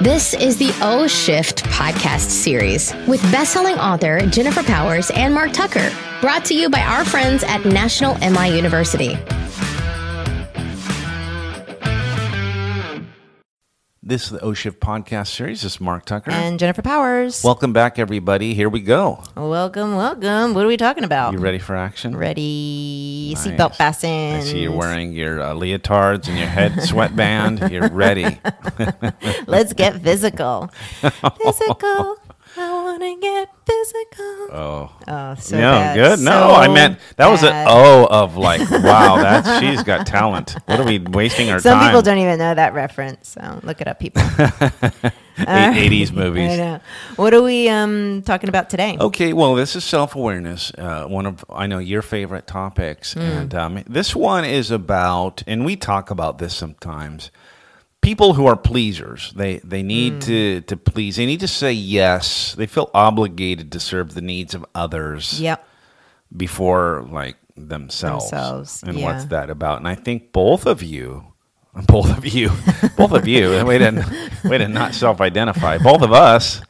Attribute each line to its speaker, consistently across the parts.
Speaker 1: This is the O Shift podcast series with bestselling author Jennifer Powers and Mark Tucker, brought to you by our friends at National MI University.
Speaker 2: This is the O Shift podcast series. This is Mark Tucker.
Speaker 3: and Jennifer Powers.
Speaker 2: Welcome back, everybody. Here we go.
Speaker 3: welcome, welcome. What are we talking about?
Speaker 2: You ready for action?
Speaker 3: Ready?
Speaker 2: Nice.
Speaker 3: Seatbelt fastened.
Speaker 2: I see you're wearing your uh, leotards and your head sweatband. You're ready.
Speaker 3: Let's get physical. physical. I want to get physical.
Speaker 2: Oh,
Speaker 3: Oh, so
Speaker 2: no,
Speaker 3: bad.
Speaker 2: good. No,
Speaker 3: So
Speaker 2: I meant that was oh, an
Speaker 3: bad.
Speaker 2: O of like, wow, that's she's got talent. What are we wasting our
Speaker 3: Some
Speaker 2: time?
Speaker 3: people don't even know that reference. So look it up, people.
Speaker 2: Eight- 80s
Speaker 3: I
Speaker 2: movies.
Speaker 3: know. What are we um, talking about today?
Speaker 2: Okay, well, this is self awareness, uh, one of I know your favorite topics, and um, this one is about, and we talk about this sometimes. People who are pleasers, they they need to to please. They need to say yes. They feel obligated to serve the needs of others
Speaker 3: Yep.
Speaker 2: before like themselves.
Speaker 3: Themselves,
Speaker 2: And
Speaker 3: yeah.
Speaker 2: what's that about? And I think both of you, both of you, both of you, way to way to not self-identify. Both of us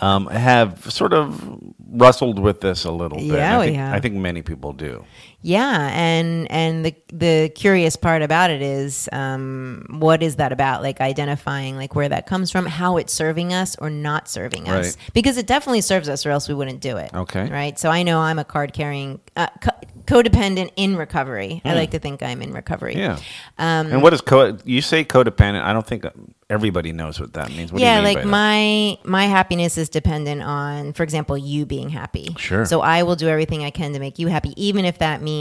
Speaker 2: um, have sort of wrestled with this a little bit.
Speaker 3: Yeah,
Speaker 2: I
Speaker 3: we
Speaker 2: think,
Speaker 3: have.
Speaker 2: I think many people do.
Speaker 3: Yeah, and and the the curious part about it is um, what is that about? Like identifying like where that comes from, how it's serving us or not serving
Speaker 2: Right.
Speaker 3: us, because it definitely serves us, or else we wouldn't do it.
Speaker 2: Okay.
Speaker 3: right. So I know I'm a card carrying uh, co- codependent in recovery. I like to think I'm in recovery.
Speaker 2: Hmm.
Speaker 3: Um,
Speaker 2: Yeah. and what is co? You say codependent. I don't think um, everybody knows what that means. What do
Speaker 3: yeah,
Speaker 2: you mean
Speaker 3: like
Speaker 2: by that?
Speaker 3: my my happiness is dependent on, for example, you being happy.
Speaker 2: Sure.
Speaker 3: So I will do everything I can to make you happy, even if that means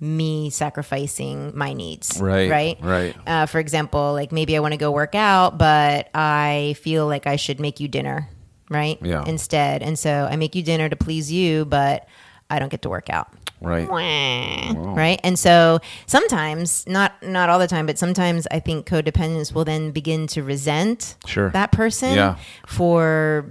Speaker 3: me sacrificing my needs.
Speaker 2: Right,
Speaker 3: Right.
Speaker 2: right.
Speaker 3: Uh, for example, like maybe I want to go work out, but I feel like I should make you dinner. Right.
Speaker 2: Yeah.
Speaker 3: Instead, and so I make you dinner to please you, but I don't get to work out
Speaker 2: right.
Speaker 3: right and so sometimes not not all the time but sometimes i think codependents will then begin to resent
Speaker 2: Sure.
Speaker 3: that person
Speaker 2: Yeah.
Speaker 3: for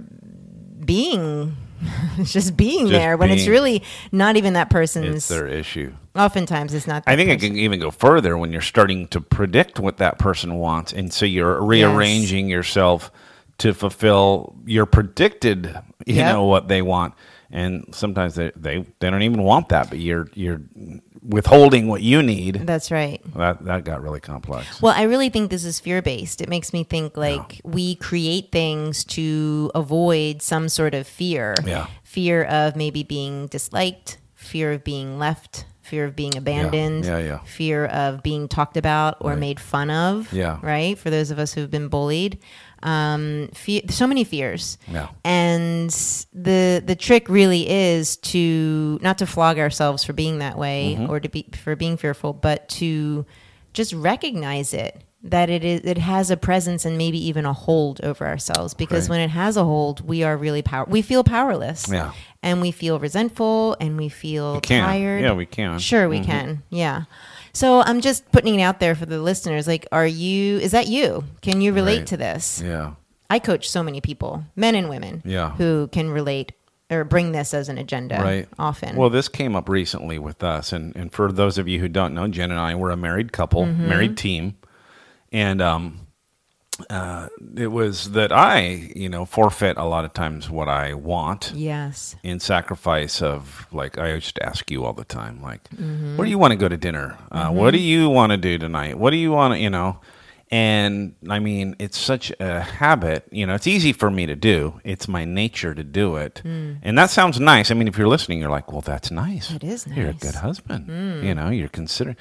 Speaker 3: being just being
Speaker 2: Just
Speaker 3: there when it's
Speaker 2: being.
Speaker 3: really not even that
Speaker 2: It's
Speaker 3: person's
Speaker 2: their issue.
Speaker 3: oftentimes it's not that
Speaker 2: I think it
Speaker 3: person.
Speaker 2: can even go further when you're starting to predict what that person wants. And so you're rearranging yourself to fulfill your predicted, you
Speaker 3: Yep.
Speaker 2: know, what they want. And sometimes they, they, they don't even want that, but you're, you're withholding what you need.
Speaker 3: that's right
Speaker 2: That, that got really complex.
Speaker 3: Well, I really think this is fear based. It makes me think like we create things to avoid some sort of fear.
Speaker 2: Yeah.
Speaker 3: Fear of maybe being disliked, fear of being left, fear of being abandoned,
Speaker 2: Yeah, yeah.
Speaker 3: fear of being talked about or made fun of.
Speaker 2: Yeah.
Speaker 3: Right? For those of us who've been bullied. Um, fear, so many fears.
Speaker 2: Yeah.
Speaker 3: And the the trick really is to not to flog ourselves for being that way
Speaker 2: Mm-hmm.
Speaker 3: or to be for being fearful, but to just recognize it that it is it has a presence and maybe even a hold over ourselves
Speaker 2: Right.
Speaker 3: because when it has a hold, we are really power we feel powerless.
Speaker 2: Yeah.
Speaker 3: And we feel resentful and we feel
Speaker 2: can.
Speaker 3: tired.
Speaker 2: Yeah, we can. Mm-hmm.
Speaker 3: Sure, we can. Yeah. So I'm just putting it out there for the listeners. Like, are you? Is that you? Can you relate
Speaker 2: Right.
Speaker 3: to this?
Speaker 2: yeah.
Speaker 3: I coach so many people, men and women,
Speaker 2: Yeah.
Speaker 3: who can relate or bring this as an agenda
Speaker 2: Right.
Speaker 3: often.
Speaker 2: Well, this came up recently with us, and and for those of you who don't know, Jen and I were a married couple, married team, and um, uh, it was that I, you know, forfeit a lot of times what I want
Speaker 3: yes.
Speaker 2: in sacrifice of like I used to ask you all the time, like,
Speaker 3: Mm-hmm.
Speaker 2: where do you want to go to dinner? Uh, What do you want to do tonight? What do you want to, you know? And I mean, it's such a habit. You know, it's easy for me to do. It's my nature to do it,
Speaker 3: Mm.
Speaker 2: and that sounds nice. I mean, if you're listening, you're like, well, that's nice.
Speaker 3: It is
Speaker 2: You're a
Speaker 3: nice.
Speaker 2: good husband.
Speaker 3: Mm.
Speaker 2: You know, you're considering,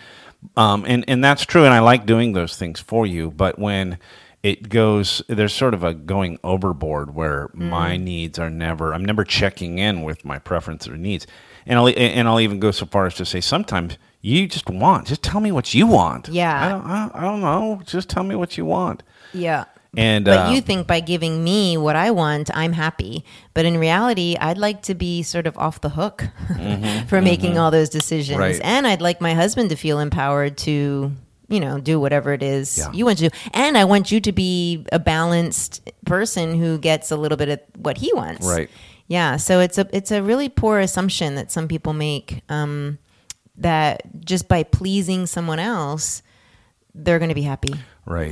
Speaker 2: um, and and that's true. And I like doing those things for you. But when it goes, there's sort of a going overboard where my
Speaker 3: Mm.
Speaker 2: needs are never. I'm never checking in with my preferences or needs. And I'll and I'll even go so far as to say sometimes you just want. Just tell me what you want.
Speaker 3: Yeah.
Speaker 2: I don't. I, I don't know. Just tell me what you want.
Speaker 3: Yeah.
Speaker 2: And
Speaker 3: But
Speaker 2: uh,
Speaker 3: you think by giving me what I want, I'm happy. But in reality, I'd like to be sort of off the hook for making all those decisions.
Speaker 2: Mm-hmm. Right.
Speaker 3: And I'd like my husband to feel empowered to, you know, do whatever it is
Speaker 2: Yeah.
Speaker 3: you want to do. And I want you to be a balanced person who gets a little bit of what he wants.
Speaker 2: Right.
Speaker 3: Yeah. So it's a it's a really poor assumption that some people make um, that just by pleasing someone else they're going to be happy.
Speaker 2: Right.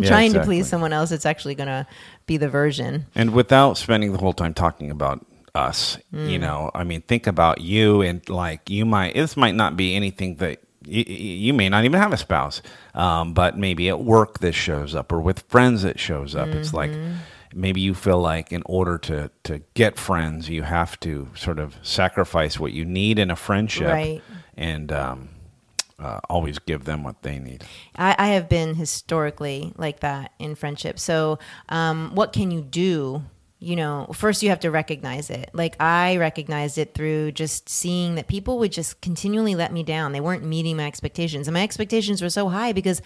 Speaker 2: Yeah,
Speaker 3: to
Speaker 2: exactly.
Speaker 3: please someone else, it's actually going to be the version.
Speaker 2: And without spending the whole time talking about us,
Speaker 3: Mm.
Speaker 2: you know, I mean, think about you and like you might, this might not be anything that you, you may not even have a spouse, um, but maybe at work this shows up or with friends it shows up. It's like
Speaker 3: Mm-hmm.
Speaker 2: maybe you feel like in order to, to get friends, you have to sort of sacrifice what you need in a friendship
Speaker 3: Right.
Speaker 2: and um, uh, always give them what they need.
Speaker 3: I, I have been historically like that in friendship. So, um, what can you do? You know, first you have to recognize it. Like I recognized it through just seeing that people would just continually let me down. They weren't meeting my expectations, and my expectations were so high because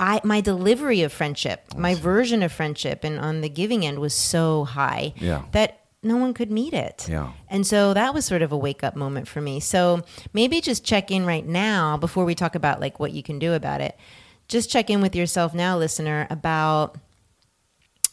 Speaker 3: I my delivery of friendship, my version of friendship, and on the giving end was so high
Speaker 2: Yeah.
Speaker 3: that no one could meet it.
Speaker 2: Yeah.
Speaker 3: And so that was sort of a wake up moment for me. So maybe just check in right now before we talk about like what you can do about it. Just check in with yourself now, listener, about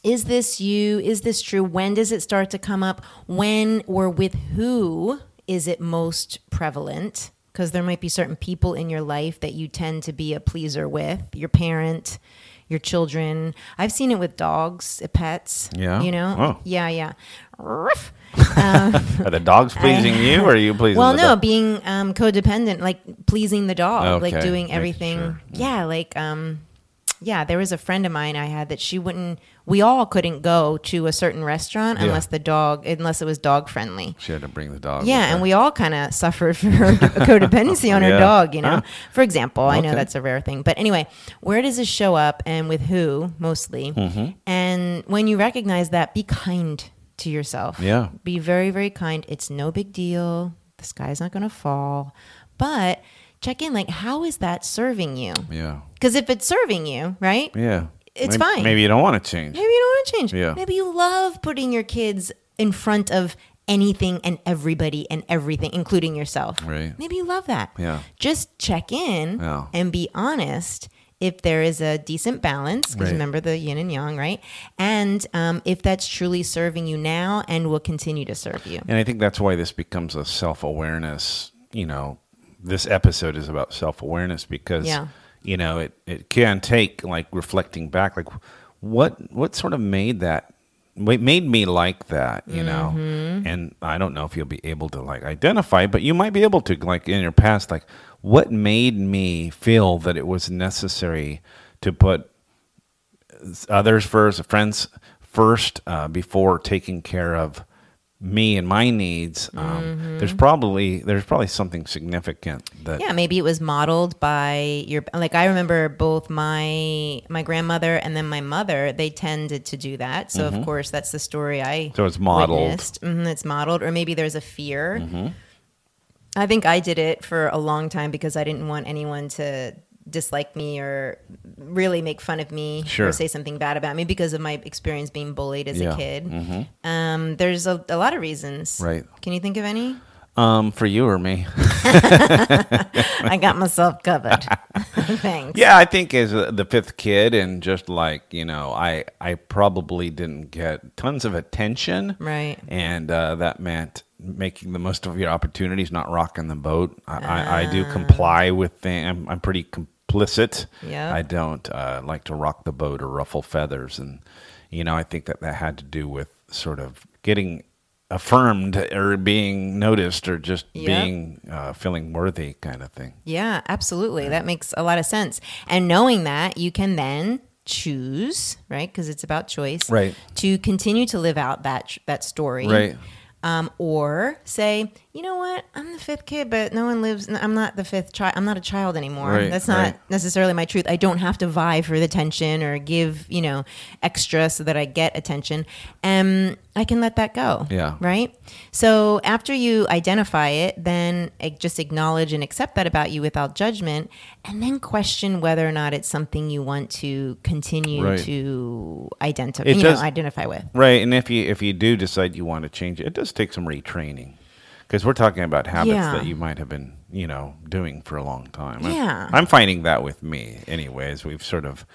Speaker 3: is this you? Is this true? When does it start to come up? When or with who is it most prevalent? Because there might be certain people in your life that you tend to be a pleaser with your parent, your children. I've seen it with dogs, pets.
Speaker 2: Yeah?
Speaker 3: You know?
Speaker 2: Oh.
Speaker 3: Yeah, yeah. Ruff.
Speaker 2: Are the dogs pleasing you or are you pleasing
Speaker 3: Well,
Speaker 2: the
Speaker 3: no,
Speaker 2: dog?
Speaker 3: being um, codependent, like pleasing the dog,
Speaker 2: Okay,
Speaker 3: like doing
Speaker 2: making
Speaker 3: everything.
Speaker 2: sure.
Speaker 3: Yeah, like um, yeah. There was a friend of mine I had that she wouldn't. We all couldn't go to a certain restaurant
Speaker 2: Yeah.
Speaker 3: unless the dog, unless it was dog friendly.
Speaker 2: She had to bring the dog. with
Speaker 3: Yeah,
Speaker 2: her.
Speaker 3: and we all kind of suffered for her codependency on
Speaker 2: Yeah.
Speaker 3: her dog, you know.
Speaker 2: Huh.
Speaker 3: For example, I know
Speaker 2: Okay.
Speaker 3: that's a rare thing, but anyway, where does this show up and with who mostly?
Speaker 2: Mm-hmm.
Speaker 3: And when you recognize that, be kind to yourself.
Speaker 2: Yeah.
Speaker 3: Be very, very kind. It's no big deal. The sky's not going to fall. But check in like how is that serving you?
Speaker 2: Yeah.
Speaker 3: Cuz if it's serving you, right?
Speaker 2: Yeah.
Speaker 3: It's
Speaker 2: Mayb-
Speaker 3: fine.
Speaker 2: Maybe you don't want to change.
Speaker 3: Maybe you don't want to change.
Speaker 2: Yeah.
Speaker 3: Maybe you love putting your kids in front of anything and everybody and everything, including yourself.
Speaker 2: Right.
Speaker 3: Maybe you love that.
Speaker 2: Yeah.
Speaker 3: Just check in
Speaker 2: Yeah.
Speaker 3: and be honest if there is a decent balance, because
Speaker 2: Right.
Speaker 3: remember the yin and yang, right? And um, if that's truly serving you now and will continue to serve you.
Speaker 2: And I think that's why this becomes a self awareness. You know, this episode is about self awareness because,
Speaker 3: Yeah.
Speaker 2: you know, it, it can take like reflecting back, like what what sort of made that what made me like that, you
Speaker 3: Mm-hmm.
Speaker 2: know? And I don't know if you'll be able to like identify, but you might be able to like in your past, like what made me feel that it was necessary to put others first, friends first, uh, before taking care of me and my needs. Um, There's probably there's probably something significant that
Speaker 3: yeah maybe it was modeled by your like i remember both my my grandmother and then my mother they tended to do that so of course that's the story i
Speaker 2: Mm-hmm. So it's modeled. Mm-hmm.
Speaker 3: hmm it's modeled or maybe there's a fear i think i did it for a long time because i didn't want anyone to dislike me or really make fun of me
Speaker 2: Sure.
Speaker 3: or say something bad about me because of my experience being bullied as
Speaker 2: Yeah. Mm-hmm.
Speaker 3: a kid um, there's a, a lot of reasons
Speaker 2: Right.
Speaker 3: can you think of any
Speaker 2: um for you or me.
Speaker 3: i got myself covered thanks
Speaker 2: Yeah, I think as uh, the fifth kid, and just like you know, I I probably didn't get tons of attention,
Speaker 3: Right.
Speaker 2: And uh, that meant making the most of your opportunities, not rocking the boat. I, I, I
Speaker 3: Ah.
Speaker 2: do comply with things. I'm, I'm pretty complicit.
Speaker 3: Yep.
Speaker 2: I don't uh, like to rock the boat or ruffle feathers, and you know, I think that that had to do with sort of getting affirmed or being noticed or just
Speaker 3: Yep.
Speaker 2: being uh, feeling worthy kind of thing.
Speaker 3: Yeah, absolutely. That makes a lot of sense. And knowing that, you can then choose, right? Because it's about choice,
Speaker 2: Right.
Speaker 3: To continue to live out that that story,
Speaker 2: Right.
Speaker 3: Um, or say, you know what? I'm the fifth kid, but no one lives. I'm not the fifth child. I'm not a child anymore.
Speaker 2: Right,
Speaker 3: That's not
Speaker 2: right.
Speaker 3: necessarily my truth. I don't have to vie for the attention or give, you know, extra so that I get attention. And I can let that go.
Speaker 2: Yeah.
Speaker 3: Right. So after you identify it, then eh, just acknowledge and accept that about you without judgment, and then question whether or not it's something you want to continue
Speaker 2: Right.
Speaker 3: to identify,
Speaker 2: It
Speaker 3: you
Speaker 2: does-
Speaker 3: know, identify with.
Speaker 2: Right, and if you if you do decide you want to change it, it does take some retraining because we're talking about habits
Speaker 3: Yeah.
Speaker 2: that you might have been you know doing for a long time. I'm-
Speaker 3: Yeah.
Speaker 2: I'm, finding that with me anyway. As we've sort of,